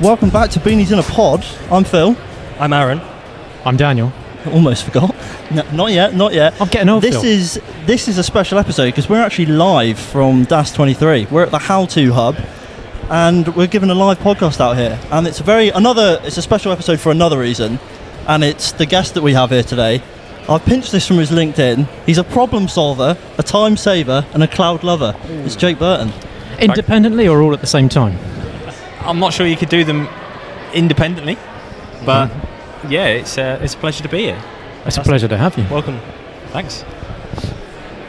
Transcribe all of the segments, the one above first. Welcome back to Beanies in a Pod. I'm Phil. I'm Aaron. I'm Daniel. Almost forgot. No, not yet. Not yet. I'm getting old. This Phil. is this is a special episode because we're actually live from DAS 23. We're at the How To Hub, and we're giving a live podcast out here. And it's a very another. It's a special episode for another reason, and it's the guest that we have here today. I've pinched this from his LinkedIn. He's a problem solver, a time saver, and a cloud lover. It's Jake Burton. independently or all at the same time. I'm not sure you could do them independently, but yeah, it's uh, it's a pleasure to be here. It's a pleasure to have you. Welcome. Thanks.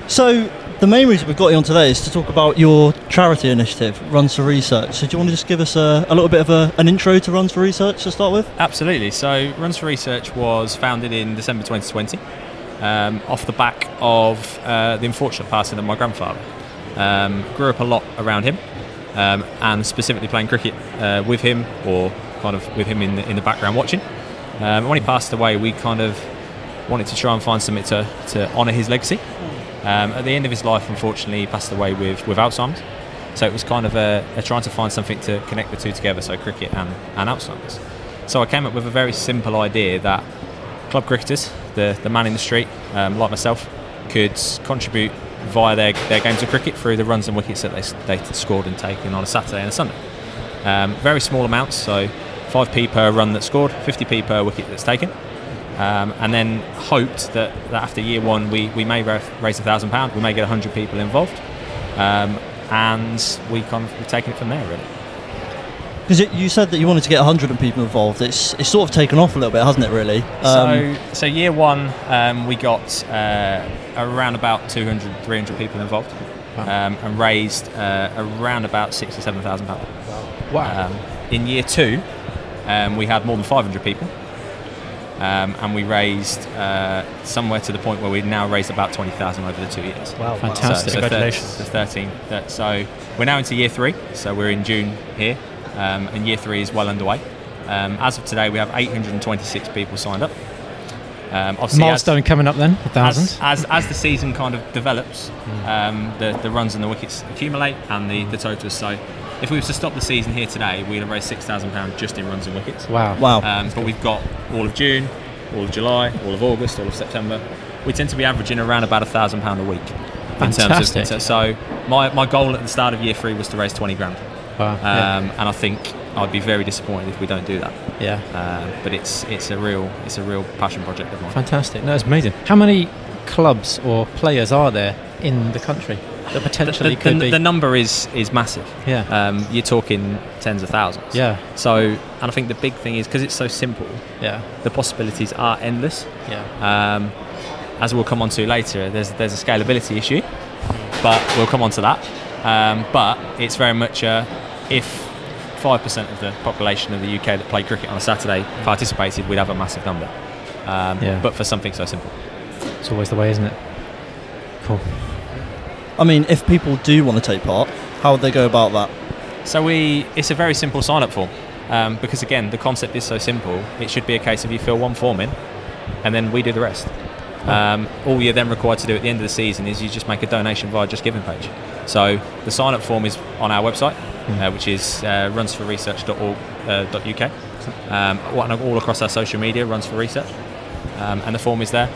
So the main reason we've got you on today is to talk about your charity initiative, Runs for Research. So do you want to just give us a, a little bit of a, an intro to Runs for Research to start with? Absolutely. So, Runs for Research was founded in December 2020 um, off the back of uh, the unfortunate passing of my grandfather. Um, grew up a lot around him um, and specifically playing cricket uh, with him or kind of with him in the, in the background watching. Um, when he passed away, we kind of wanted to try and find something to, to honour his legacy. Um, at the end of his life, unfortunately, he passed away with, with Alzheimer's. So it was kind of a, a trying to find something to connect the two together, so cricket and, and Alzheimer's. So I came up with a very simple idea that club cricketers, the, the man in the street, um, like myself, could contribute via their, their games of cricket through the runs and wickets that they, they scored and taken on a Saturday and a Sunday. Um, very small amounts, so 5p per run that's scored, 50p per wicket that's taken. Um, and then hoped that, that after year one we, we may ra- raise a thousand pounds, we may get 100 people involved. Um, and we kind of, we've taken it from there, really. Because you said that you wanted to get 100 people involved. It's it's sort of taken off a little bit, hasn't it? Really. Um, so, so year one, um, we got uh, around about 200, 300 people involved um, and raised uh, around about six or seven thousand pounds. Wow! Um, in year two, um, we had more than 500 people, um, and we raised uh, somewhere to the point where we've now raised about 20,000 over the two years. Wow, fantastic. So, so Congratulations. 13. That, so we're now into year three. So we're in June here, um, and year three is well underway. Um, as of today, we have 826 people signed up. Um, obviously, as- Milestone coming up then, a As, thousand. Mm. as, as the season kind of develops, um, the, the runs and the wickets accumulate and the, the totals. So, if we was to stop the season here today, we'd have raised £6,000 just in runs and wickets. Wow. wow. Um, but we've got all of June, all of July, all of August, all of September. We tend to be averaging around about a thousand pound a week. in terms of- Fantastic. in ter- so my, my goal at the start of year three was to raise twenty grand, Wow, um, yeah. and I think I'd be very disappointed if we don't do that. yeah. Um, but it's it's a real it's a real passion project of mine. Fantastic. No, it's amazing. How many clubs or players are there in the country that the, potentially the- could the be? number is is massive. Yeah. Um, you're talking tens of thousands. Yeah. So and I think the big thing is because it's so simple, yeah. the possibilities are endless. Yeah. Um, as we'll come on to later, there's, there's a scalability issue, but we'll come on to that. Um, but it's very much uh, if 5% of the population of the UK that played cricket on a Saturday participated, we'd have a massive number. Um, Yeah. But for something so simple. It's always the way, isn't it? Cool. I mean, if people do want to take part, how would they go about that? So we, it's a very simple sign up form um, because again, the concept is so simple. It should be a case of you fill one form in, and then we do the rest. Um, all you're then required to do at the end of the season is you just make a donation via Just Giving page. So the sign up form is on our website, uh, which is uh, runsforresearch.org.uk, um, and all across our social media, Runs for Research, um, and the form is there.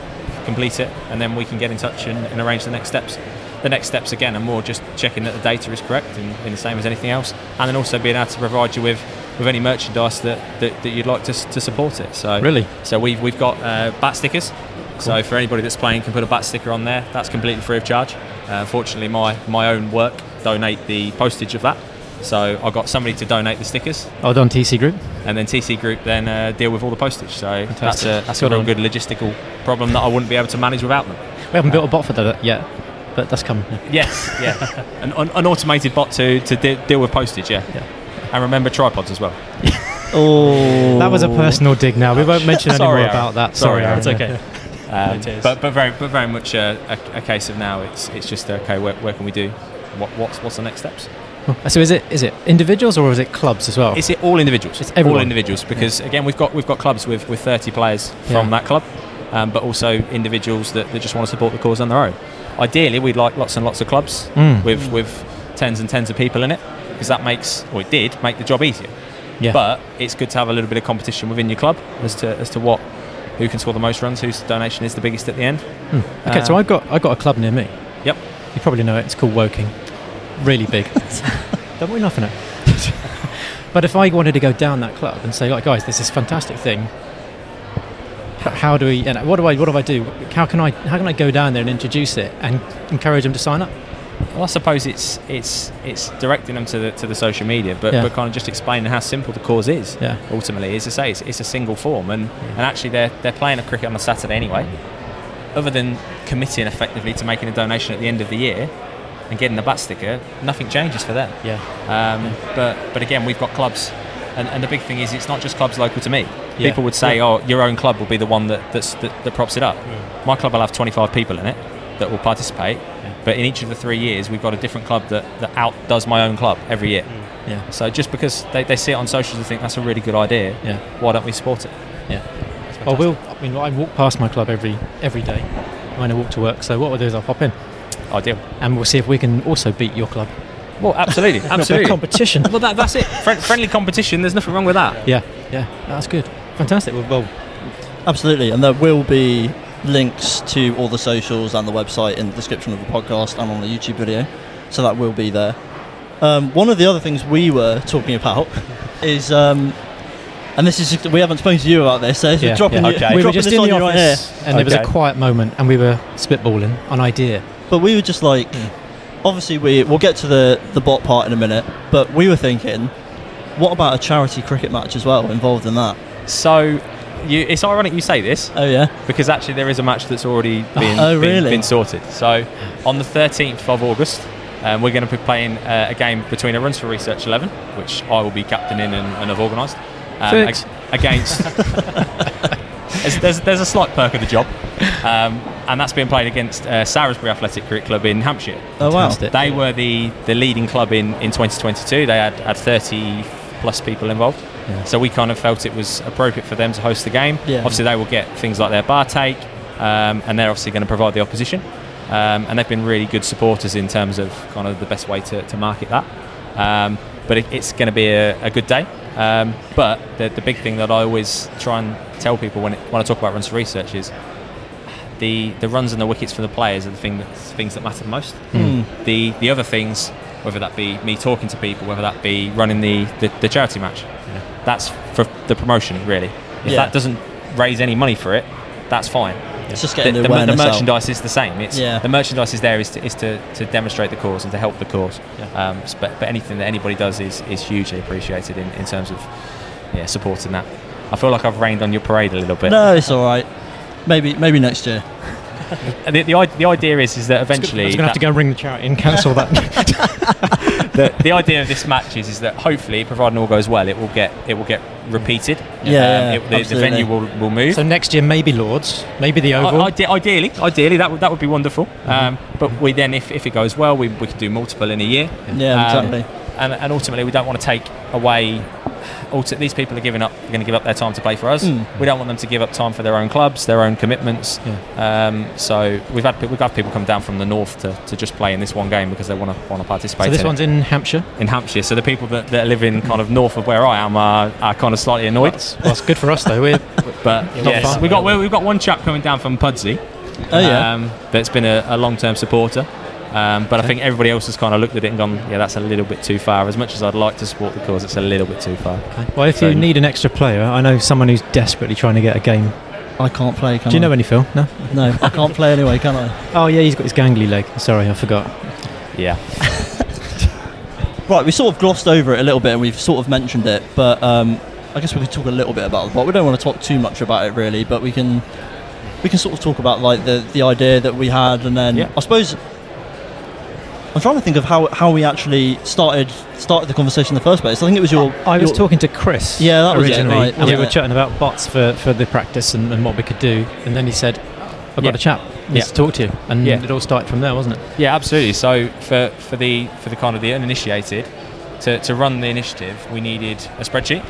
Complete it, and then we can get in touch and, and arrange the next steps. The next steps again are more just checking that the data is correct and, and the same as anything else, and then also being able to provide you with, with any merchandise that, that, that you'd like to, s- to support it. So Really? so we've we've got uh, bat stickers. So for anybody that's playing, can put a bat sticker on there. That's completely free of charge. Uh, fortunately, my my own work donate the postage of that. So I got somebody to donate the stickers, Well done, TC Group. and then TC Group then uh, deal with all the postage. So that's a Fantastic. that's Good a real on. good logistical problem that I wouldn't be able to manage without them. We haven't built a bot for that yet, but that's coming. yeah. Yes, yeah, an, an, an automated bot to to de- deal with postage. Yeah. Yeah. and remember tripods as well. Oh, That was a personal dig. Now we won't mention any more Sorry, Aaron. about that. Sorry, Sorry, Aaron. Aaron. It's yeah. okay. Um, It is. but but very but very much a, a, a case of now it's it's just okay. Where, where can we do? What what's what's the next steps? So is it is it individuals or is it clubs as well? Is it all individuals? It's everyone. All individuals, because again, we've got we've got clubs with, with 30 players from Yeah. that club, um, but also individuals that, that just want to support the cause on their own. Ideally, we'd like lots and lots of clubs Mm. with with tens and tens of people in it, because that makes or it did make the job easier. Yeah. But it's good to have a little bit of competition within your club as to as to what who can score the most runs, whose donation is the biggest at the end. Hmm. Okay, so Um, I've got I've got a club near me. Yep. You probably know it. It's called Woking. Really big. Don't we laugh at it? but if I wanted to go down that club and say, like, guys, this is a fantastic thing. h- How do we? And what do I? What do I do? How can I? How can I go down there and introduce it and encourage them to sign up? Well, I suppose it's it's it's directing them to the to the social media, but, Yeah. but kind of just explaining how simple the cause is. Yeah. Ultimately, as I say, it's, it's a single form, and, and actually they're they're playing a cricket on a Saturday anyway. Other than committing effectively to making a donation at the end of the year and getting the bat sticker, nothing changes for them. Yeah. Um, But but again, we've got clubs, and, and the big thing is it's not just clubs local to me. Yeah. People would say, "Oh, your own club will be the one that that's, that, that props it up." My club will have 25 people in it that will participate, but in each of the three years, we've got a different club that, that outdoes my own club every year. Yeah. So just because they, they see it on socials and think that's a really good idea, Yeah. why don't we support it? Yeah. Well, we'll. I mean, I walk past my club every every day when I walk to work. So what we'll do is I'll pop in Ideal. and we'll see if we can also beat your club. Well, absolutely, Bit of absolutely. competition. well, that, that's it. Friend, friendly competition. There's nothing wrong with that. yeah. Yeah. That's good. Fantastic. Well, well Absolutely, and there will be links to all the socials and the website in the description of the podcast and on the YouTube video, so that will be there. Um, one of the other things we were talking about is, um, and this is we haven't spoken to you about this, so Yeah, dropping, yeah. you- Okay. we were dropping just this in on the you right here. office, and it was a Okay. quiet moment, and we were spitballing an idea. But we were just like, obviously we we'll get to the the bot part in a minute, but we were thinking, what about a charity cricket match as well involved in that? So, you, it's ironic you say this. Oh yeah, because actually there is a match that's already been, Oh, been, really? been sorted. So on the 13th of August, um, we're going to be playing uh, a game between a Runs for Research 11, which I will be captaining and, and have organised, um, ag- Fix. against. there's, there's, there's a slight perk of the job, um, and that's being played against uh, Salisbury Athletic Cricket Club in Hampshire. oh wow, Fantastic. They were the, the leading club in, in 2022. They had, had 30 plus people involved. Yeah. So we kind of felt it was appropriate for them to host the game. Yeah. Obviously, they will get things like their bar take, um, and they're obviously going to provide the opposition. Um, and they've been really good supporters in terms of kind of the best way to, to market that. Um, but it, it's going to be a, a good day. Um, but the, the big thing that I always try and tell people when, it, when I talk about runs for research is the, the runs and the wickets for the players are the thing that, things that matter the most. Hmm. Hmm. The, the other things, whether that be me talking to people, whether that be running the, the, the charity match, Hmm. that's for the promotion, really. If Yeah. that doesn't raise any money for it, that's fine. it's just The, getting the the, mer- the awareness out. merchandise is the same. It's, Yeah. The merchandise is there is to, is to, to demonstrate the cause and to help the cause. Um, s- but, but anything that anybody does is, is hugely appreciated in, in terms of yeah, supporting that. I feel like I've rained on your parade a little bit. No, it's all right. Maybe maybe next year. And The, the, i- the idea is, is that I eventually was going to have to that- go and ring the charity and cancel that. the, the idea of this match is, is that hopefully, providing all goes well, it will get it will get repeated. Um, Yeah, yeah, it- the- the, absolutely. venue will, will move. so next year, maybe Lords, maybe the I- Oval. ide- ideally, ideally that would that would be wonderful. Mm-hmm. Um, but we then, if, if it goes well, we, we could do multiple in a year. Yeah, Um, exactly. And, and ultimately, we don't want to take away. Ulti- these people are giving up. They're going to give up their time to play for us. Hmm. Mm. We don't want them to give up time for their own clubs, their own commitments. Um, so we've had pe- we've had people come down from the north to, to just play in this one game because they want to want to participate. so this in it one's in Hampshire. in Hampshire. So the people that, that live in kind of north of where I am are, are kind of slightly annoyed. Well, it's good for us though. We're, But You're not yes, far. we got we- we've got one chap coming down from Pudsey. Oh yeah, um, that's been a, a long term supporter. Um, but I think everybody else has kind of looked at it and gone, yeah, that's a little bit too far. As much as I'd like to support the cause, it's a little bit too far. well, if So- you need an extra player, I know someone who's desperately trying to get a game. I can't play. Can Do you know I? any Phil? No. No, I can't play anyway, can I? Oh yeah, he's got his gangly leg. Sorry, I forgot. Yeah, Right, we sort of glossed over it a little bit, and we've sort of mentioned it, but um, I guess we could talk a little bit about the bot. We don't want to talk too much about it really, but we can we can sort of talk about like the the idea that we had, and then Yeah. I suppose. I'm trying to think of how, how we actually started started the conversation in the first place. I think it was your. I was your- talking to Chris. Yeah, that was it, originally, right, and we yeah. were chatting about bots for, for the practice and, and what we could do, and then he said, "I've Yeah. got a chap. Needs Yeah. to talk to you," and Yeah. it all started from there, wasn't it? yeah, absolutely. So for, for the for the kind of the uninitiated, to, to run the initiative, we needed a spreadsheet,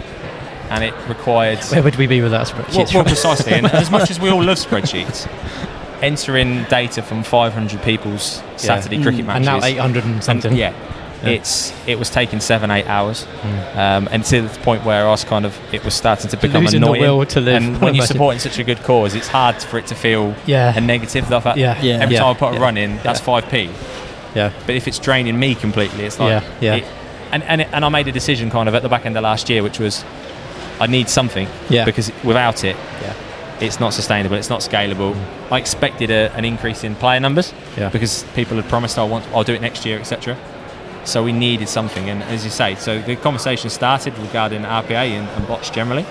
and it required Where would we be without spreadsheets? Well, well right? precisely. And as much as we all love spreadsheets, entering data from 500 people's Saturday cricket Mm. matches and now 800 and and- something. yeah, Yeah. It's it was taking seven eight hours, Mm. um, and to the point where I was kind of it was starting to become Losing the annoying. will to live, and I when you're imagine. supporting such a good cause, it's hard for it to feel Yeah. a negative. The fact Yeah. Yeah. every Yeah. time I put a Yeah. run in, that's Yeah. five p. Yeah. But if it's draining me completely, it's like Yeah, yeah. it- and and, and I made a decision kind of at the back end of last year, which was I need something Yeah. because without it, Yeah. Mm. it's not sustainable. It's not scalable. I expected a, an increase in player numbers Yeah. because people had promised "Oh, I want I'll do it next year, etc. So we needed something, and as you say, so the conversation started regarding RPA and, and bots generally,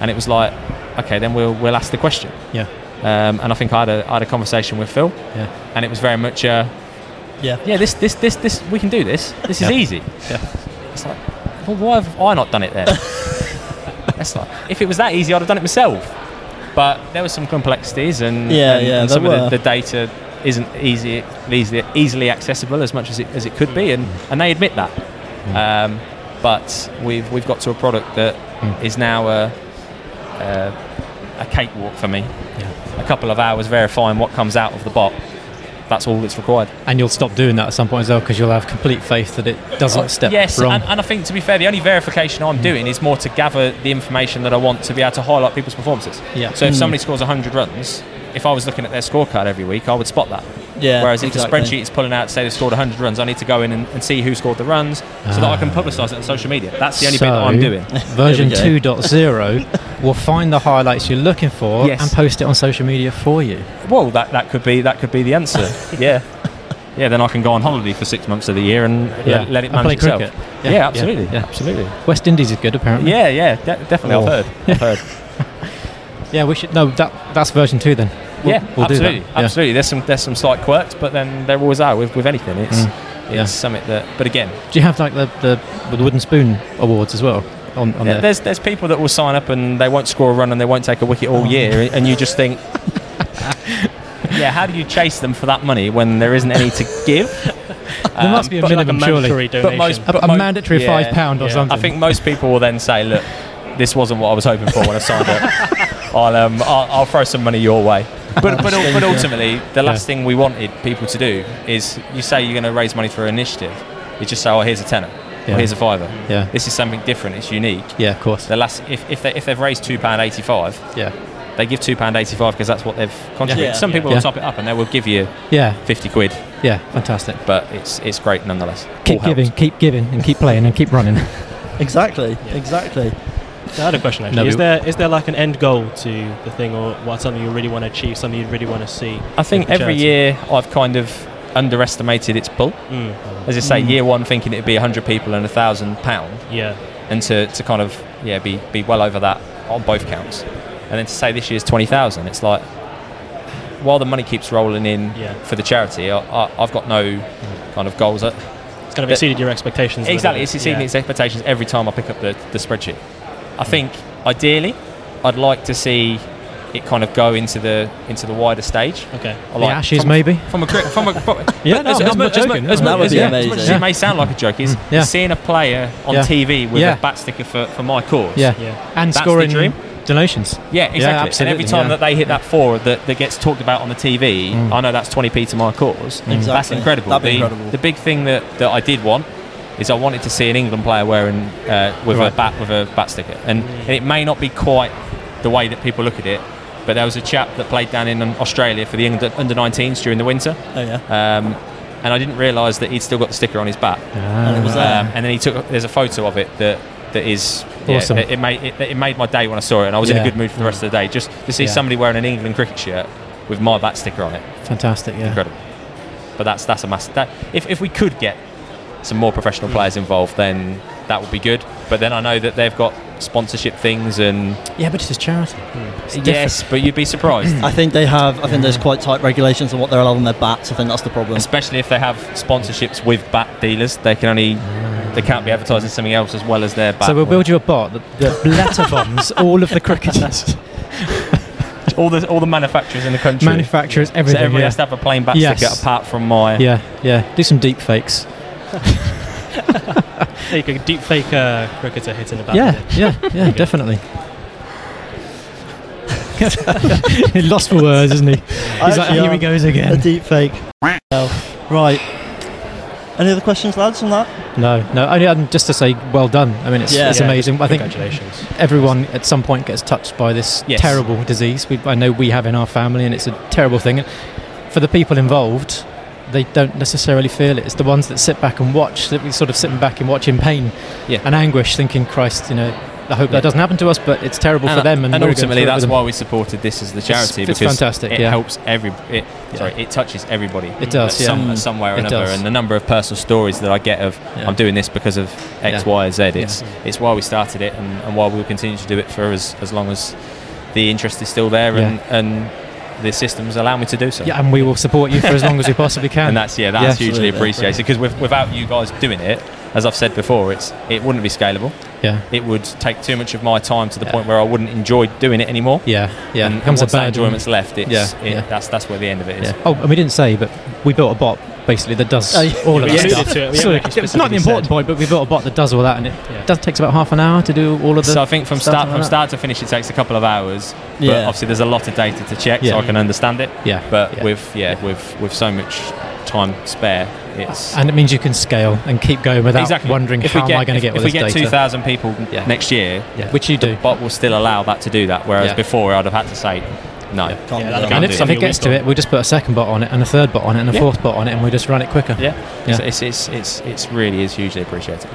and it was like, okay, then we'll we'll ask the question. Yeah. Um, and I think I had, a, I had a conversation with Phil, Yeah. and it was very much, uh, Yeah. yeah, this this this this we can do this. This is Yeah. easy. Yeah. It's like, well, why have I not done it then? That's like, if it was that easy, I'd have done it myself. But there were some complexities, and, Yeah, and, yeah, there and some were. of the, the data isn't easy, easily, easily accessible as much as it, as it could be, and, and they admit that. Mm. Um, but we've we've got to a product that is Mm. now a, a, a cakewalk for me. Yeah. A couple of hours verifying what comes out of the bot. That's all that's required. And you'll stop doing that at some point as well because you'll have complete faith that it doesn't step Oh, yes, wrong. And, and I think to be fair, the only verification I'm doing is more to gather the information that I want to be able to highlight people's performances. Yeah. So if Mm. somebody scores 100 runs, if I was looking at their scorecard every week, I would spot that. Yeah, Whereas exactly. if the spreadsheet is pulling out, say they scored 100 runs, I need to go in and, and see who scored the runs so that I can publicise it on social media. That's the only bit that I'm doing. Version There we 2.0 will find the highlights you're looking for Yes. and post it on social media for you. Well, that, that could be that could be the answer. yeah. Yeah, then I can go on holiday for six months of the year and Yeah. let, let it And play manage itself. cricket. Yeah. Yeah, Yeah. absolutely. Yeah. Absolutely. West Indies is good apparently. Yeah, yeah, de- definitely. Oh. I've heard. I've heard. Yeah, we should. No, that that's version two then. We'll- yeah, we'll do that. absolutely, Yeah. absolutely. There's some there's some slight quirks, but then there always are with, with anything. It's it's Mm. yeah. something that. But again, Do you have like the, the, the wooden spoon awards as well on, on yeah, there? there's there's people that will sign up and they won't score a run and they won't take a wicket Oh. all year, and you just think, yeah, how do you chase them for that money when there isn't any to give? Um, There must be a but uh, like minimum, surely. mandatory But donation. most, A, but a mo- mandatory yeah. five pound or Yeah. something. I think most people will then say, look, this wasn't what I was hoping for when I signed up. I'll, um, I'll, I'll throw some money your way. But, but, al- but ultimately, the last thing we wanted people to do is you say you're going to raise money for an initiative, you just say, oh, here's a tenner, Yeah. or here's a fiver. Yeah. This is something different, it's unique. Yeah, of course. The last, if, if, they, if they've raised £2.85, Yeah. they give £2.85 because that's what they've contributed. Yeah. Some people Yeah. will top it up and they will give you Yeah. 50 quid, Yeah. Fantastic. but it's, it's great nonetheless. All Keep helps. giving, keep giving, and keep playing and keep running. Exactly. Exactly. I had a question actually. No, is we- there is there like an end goal to the thing, or what something you really want to achieve, something you really want to see? I think with the every charity? year I've kind of underestimated its pull. Mm, as I say, year one thinking it'd be 100 people and a thousand pound, yeah, and to, to kind of yeah be be well over that on both counts, and then to say this year's 20,000, it's like while the money keeps rolling in Yeah. for the charity, I, I, I've got no kind of goals. At, it's kind of But- exceeded your expectations. a little exactly, bit. it's exceeding Yeah. its expectations every time I pick up the, the spreadsheet. I think ideally, I'd like to see it kind of go into the into the wider stage. Okay. I the like- ashes, from- maybe. from a cri- from a but- Yeah, but no, as, I'm not as much, as, mu- joking. as, No, mu- that would as, be yeah, as much as amazing. it may sound like a joke, is yeah. seeing a player on Yeah. TV with Yeah. a bat sticker for, for my cause. Yeah. Yeah. And That's the scoring dream. donations. Yeah, exactly. and every absolutely, time yeah. Mm. that they hit that four that, that gets talked about on the TV, I know that's 20p to my cause. That's Exactly. incredible. That'd be the, incredible. the big thing that, that I did want is I wanted to see an England player wearing uh, with Right. Mm. a bat with a bat sticker, and, and it may not be quite the way that people look at it. But there was a chap that played down in um, Australia for the under 19s during the winter. Oh yeah. um, and I didn't realise that he'd still got the sticker on his bat. And it was Ah. there. Um, and then he took. There's a photo of it that that is yeah, Awesome. it, it made it, it made my day when I saw it, and I was in Yeah. a good mood for the rest of the day. Just to see Yeah. somebody wearing an England cricket shirt with my bat sticker on it, fantastic. Yeah. incredible. But that's that's a massive. That, if if we could get some more professional Mm. players involved, then that would be good. But then I know that they've got sponsorship things, and Yeah, but it's just charity. Hmm. yes, but you'd be surprised. I think they have. I think there's quite tight regulations on what they're allowed on their bats. I think that's the problem. especially if they have sponsorships with bat dealers they can only they can't be advertising something else as well as their bat So we'll build you a bot that, that letter bombs all of the cricketers, all the all the manufacturers in the country manufacturers, so everything. everybody yeah. has to have a plain bat Yes. sticker apart from my yeah, yeah. Do some deep fakes. There you go, deep fake uh, cricketer hitting the bat. yeah, yeah, yeah, definitely. He's lost for words, isn't he? He's like, actually here he am goes A again. deep fake. right. Any other questions, lads, on that? No, no. Only um, just to say, well done. I mean, it's, Yeah. it's Yeah. amazing. I think Congratulations. everyone at some point gets touched by this Yes. terrible disease. We, I know we have in our family, and it's a terrible thing. And for the people involved, they don't necessarily feel it. It's the ones that sit back and watch that we sort of sitting back and watch in pain Yeah. and anguish, thinking, "Christ, you know, I hope Yeah. that doesn't happen to us, but it's terrible for them." And, we're going ultimately, through it that's with them." why we supported this as the It's- charity it's because fantastic, It yeah. helps every. It, Sorry, it touches everybody. It does, at some, yeah. at some way or It another. does. And the number of personal stories that I get of Yeah. I'm doing this because of X, Yeah. Y, or Z. It's it's why we started it and, and why we'll continue to do it for as as long as the interest is still there and and the systems allow me to do so. Yeah, and we will support you for as long as we possibly can. And that's yeah, Yeah. that's hugely Absolutely, appreciated because with, without you guys doing it, as I've said before, it's it wouldn't be scalable. yeah, It would take too much of my time to the Yeah. point where I wouldn't enjoy doing it anymore. yeah, yeah. And, It becomes and once a that burden. enjoyment's left, it's, Yeah, it, yeah. That's, that's where the end of it is. Uh, Yeah. Oh, and we didn't say, but we built a bot basically that does Oh, yeah. all of Yeah, that we stuff. alluded to it. We Sorry, haven't actually it's not the specifically important said. point, but we built a bot that does all that, and it Yeah. does takes about half an hour to do all of the. So I think from stuff start like from that. start to finish, it takes a couple of hours. But Yeah. obviously, there's a lot of data to check, Yeah. so I can understand it. Yeah. But Yeah. with yeah, with with so much time spare, it's and it means you can scale and keep going without exactly wondering If we how am I going to get if, all if we this get data, two thousand people Yeah. next year, Yeah. which you do. bot will still allow that to do that. Whereas Yeah. before, I'd have had to say no. Can't Yeah. Yeah, do that'll that. And Can't if, do if it. it gets to it, we'll just put a second bot on it, and a third bot on it, and a Yeah. fourth bot on it, and we'll just run it quicker. Yeah, Yeah. So It's, it's it's it's really is hugely appreciated.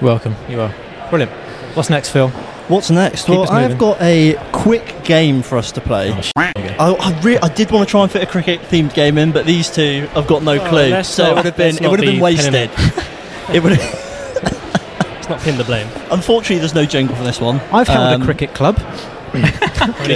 Welcome, you are brilliant. What's next, Phil? What's next? Keep Well, us I've moving. got a quick game for us to play. I, I, re- I did want to try and fit a cricket themed game in, but these two have got no Oh, clue. let's so not- it would have been let's it not would have be been wasted. it would. Let's not pin the blame. Unfortunately, there's no jingle for this one. I've held Um, a cricket club. good.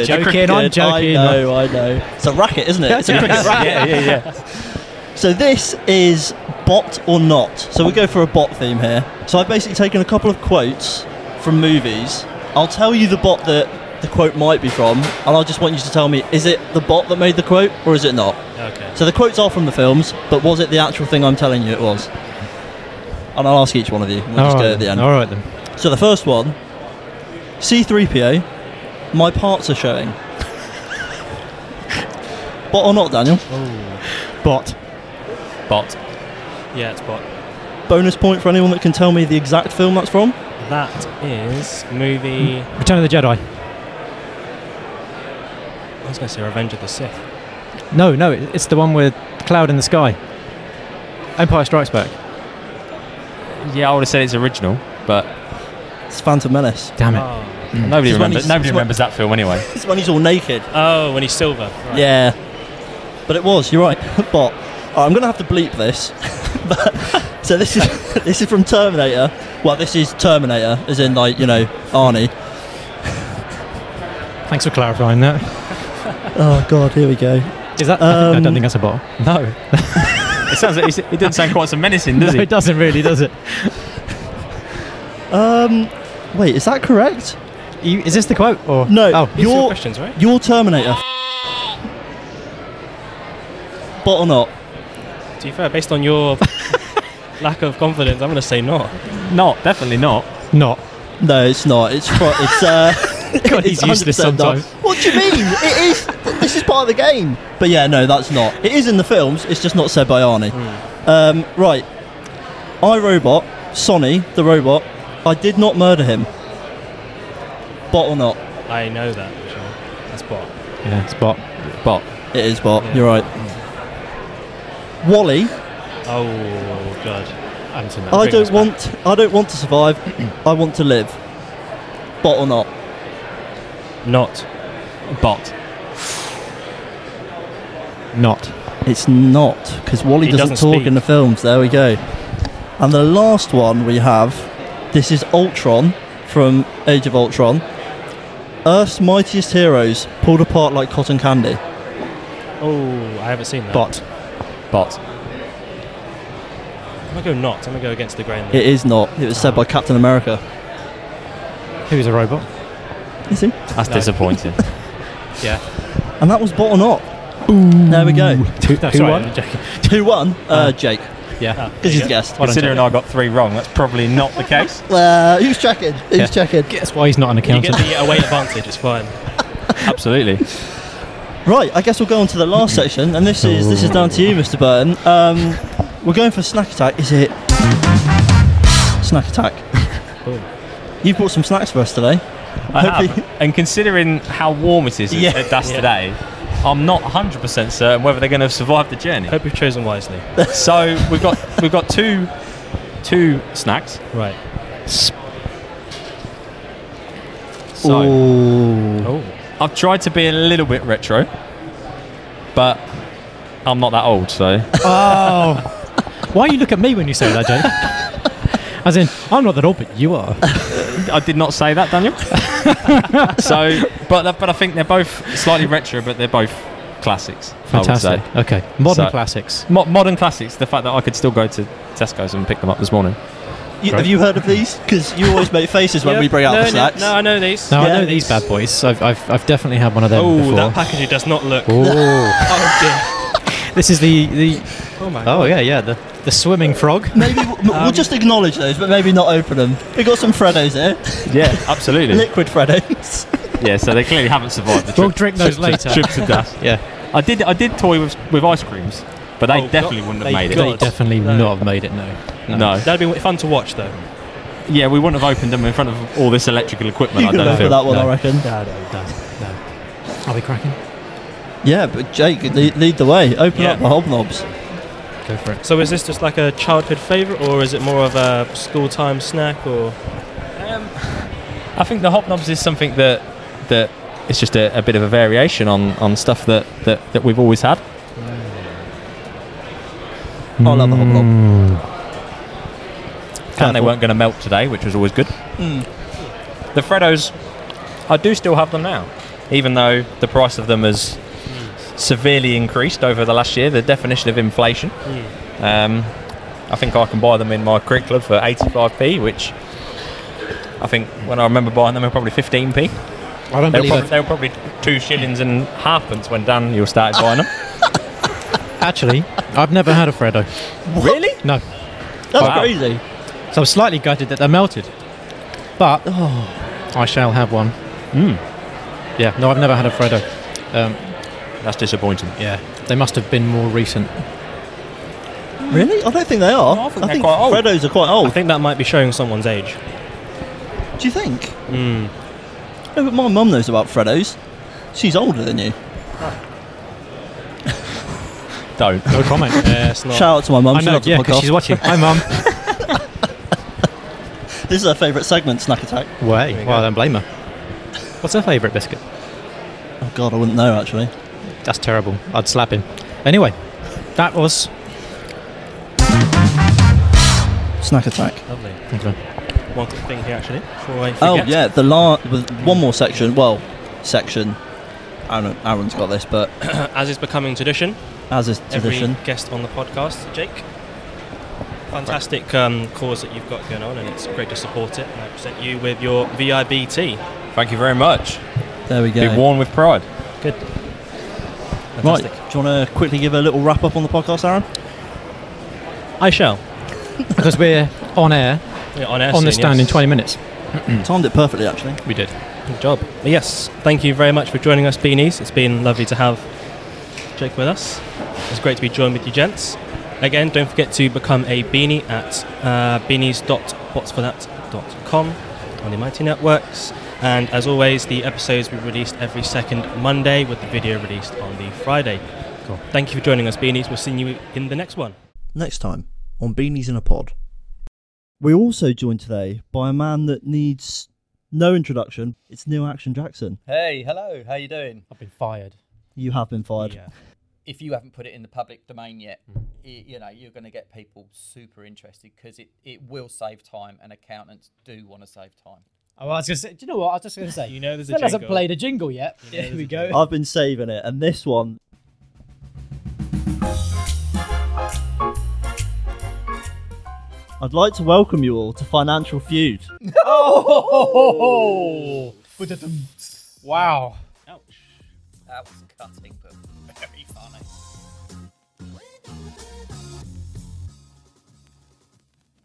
joking, I'm Good. I joking. know, I know. It's a racket, isn't it? It's a cricket racket. yeah, yeah, yeah. So this is bot or not. So we go for a bot theme here. So I've basically taken a couple of quotes from movies. I'll tell you the bot that the quote might be from, and I just want you to tell me is it the bot that made the quote or is it not? Okay. So the quotes are from the films, but was it the actual thing I'm telling you it was? And I'll ask each one of you. and We'll just all, do right, it at the then. end. all right then. So the first one, C3PO, my parts are showing. bot or not, Daniel? Oh. Bot. Bot. Yeah, it's bot. Bonus point for anyone that can tell me the exact film that's from. That is movie. Return of the Jedi. I was going to say Revenge of the Sith. No, no, it- it's the one with cloud in the sky. Empire Strikes Back. Yeah, I would have said it's original, but Mm. It's Phantom Menace. Damn it. Oh. Just nobody when remembers. he's- Nobody just when- remembers that film anyway. It's when he's all naked. Oh, when he's silver. Right. Yeah. But it was, you're right. Bot. Alright, I'm gonna have to bleep this. but, so this is this is from Terminator. Well, this is Terminator, as in like, you know, Arnie. Thanks for clarifying that. Oh god, here we go. Is that? I, think, I don't think that's a bottle. No, it sounds. Like, it doesn't sound quite so menacing, does no, it it? doesn't really, does it? Um wait, is that correct? You, is this the quote or No, Oh, These are your Your- questions, right? Your Terminator. Bot or not? To be fair, based on your lack of confidence, I'm going to say not. Not. Definitely not. not. No, it's not. It's pro- it's uh God, he's it's 100% useless not. sometimes. What do you mean? It is this is part of the game. But yeah, no, that's not. It is in the films, it's just not said by Arnie. Hmm. Um, right. I robot, Sonny, the robot, I did not murder him. Bot or not? I know that. Actually. That's bot. Yeah, it's bot. Bot. It is bot, Hmm. Yeah. you're right. Wally, Oh god. I haven't seen that. I don't want I don't want to survive, I want to live. Bot or not? Not. Bot. Not. It's not, because Wally He doesn't, doesn't talk speak. in the films. There we go. And the last one we have this is Ultron from Age of Ultron. Earth's mightiest heroes pulled apart like cotton candy. Oh, I haven't seen that. Bot. Bot. I'm going to go not. I'm going to go against the grain. It is not. It was said by Captain America. Who's a robot? Is he? That's No. disappointing. Yeah. And that was bot or not. There we go. Two, No, who sorry, won? I'm joking. Ah, 2 1. Uh, Jake. Yeah. Because he's the guest. Well done, Considering I got three wrong, that's probably not the case. Uh, who's checking? Who's Yeah. checking? Guess why he's not an You get accountant. the away advantage. It's fine. Absolutely. Right, I guess we'll go on to the last section, and this is this is down to you, Mr. Burton. Um, We're going for snack attack. Is it snack attack? Boom. You've bought some snacks for us today. I Hopefully- have. And considering how warm it is Yeah. at Dust today, I'm not 100% certain whether they're going to survive the journey. Hope you've chosen wisely. so we've got we've got two two snacks. Right. So Ooh. Oh. I've tried to be a little bit retro, but I'm not that old, so Oh. Why you look at me when you say that, Jake? As in, I'm not that old, but you are. I did not say that, Daniel. so, but but I think they're both slightly retro, but they're both classics. I would Fantastic. say. Okay. Modern So- classics. Mo- modern classics. The fact that I could still go to Tesco's and pick them up this morning. You, have you heard of these? Because you always make faces when we bring out no, the snacks. No, no, I know these. Now, I Yeah, know these these- bad boys. I've, I've, I've definitely had one of them Oh, before. that packaging does not look. Ooh. Oh, dear. this is the, the. Oh, my Oh, yeah, yeah. The, the swimming frog. Maybe we'll, m- we'll just acknowledge those, but maybe not open them. We got some Freddos here, Yeah, absolutely. liquid Freddos. yeah, so they clearly haven't survived the trip. We'll drink those trip to- later. trip to dust. Yeah. I did. I did toy with with ice creams, but they Oh, definitely God. wouldn't They have made got- They definitely No. not have made it, no. it. No. That'd be fun to watch, though. Yeah, we wouldn't have opened them in front of all this electrical equipment. you I could don't look feel. at that one, I no. reckon. No, no, no. Are we cracking? Yeah, but Jake, lead, lead the way. Open Yeah. up the hobnobs. Go for it. So is this just like a childhood favourite, or is it more of a school time snack, or Um, I think the hobnobs is something that that it's just a, a bit of a variation on, on stuff that, that, that we've always had. I'll have a hobnob. And they weren't going to melt today, which was always good. The Freddos, I do still have them now, even though the price of them has severely increased over the last year. The definition of inflation. Um, I think I can buy them in my cricket club for 85p, which I think when I remember buying them, they were probably 15p. I don't They were, believe probably, it. they were probably two shillings and halfpence when Daniel started buying them. Actually, I've never had a Freddo. really? No. That's Wow. crazy. So I'm slightly gutted that they're melted. But I shall have one. Hmm. Yeah, no, I've never had a Freddo. Um, That's disappointing. yeah, they must have been more recent. Really? I don't think they are. No, I think they're quite old. Freddos are quite I old. think that might be showing someone's age. Do you think? No, but my mum knows about Freddos. She's older than you. Don't. No comment. Yeah, it's not. Shout out to my mum. I She know, loves yeah, the 'cause she's podcast. watching. Hi, Mum. This is her favourite segment, Snack Attack. Way. you Well, go. I don't blame her. What's her favourite biscuit? Oh, God, I wouldn't know, actually. That's terrible. I'd slap him. Anyway, that was. Snack Attack. Lovely. Okay. One quick thing here, actually. Before I Oh, forget. yeah, the la- with one more section. Well, section. Aaron, Aaron's got this, but As is becoming tradition, as is tradition. every guest on the podcast, Jake. Fantastic um, cause that you've got going on, and it's great to support it. And I present you with your VIBT. Thank you very much. There we go. Be worn with pride. Right, Fantastic. do you want to quickly give a little wrap up on the podcast, Aaron? I shall. Because we're on air, Yeah, on air on the soon, stand in yes. 20 minutes. Timed it perfectly, actually. We did. Good job. Yes, thank you very much for joining us, Beanies. It's been lovely to have Jake with us. It's great to be joined with you, gents. Again, don't forget to become a beanie at uh, beanies.botsforthat.com on the Mighty Networks. And as always, the episodes we released every second Monday with the video released on the Friday. Cool. Thank you for joining us, Beanies. We'll see you in the next one. Next time on Beanies in a Pod. We're also joined today by a man that needs no introduction. It's Neil Action Jackson. Hey, hello, how you doing? I've been fired. You have been fired. If you haven't put it in the public domain yet, y you know, you're going to get people super interested because it, it will save time and accountants do want to save time. Oh, I was going to say, do you know what? I was just going to say, You know there's a Phil hasn't jingle. played a jingle yet. Here we go. I've been saving it, and this one. I'd like to welcome you all to Financial Feud. Wow. That was cutting, but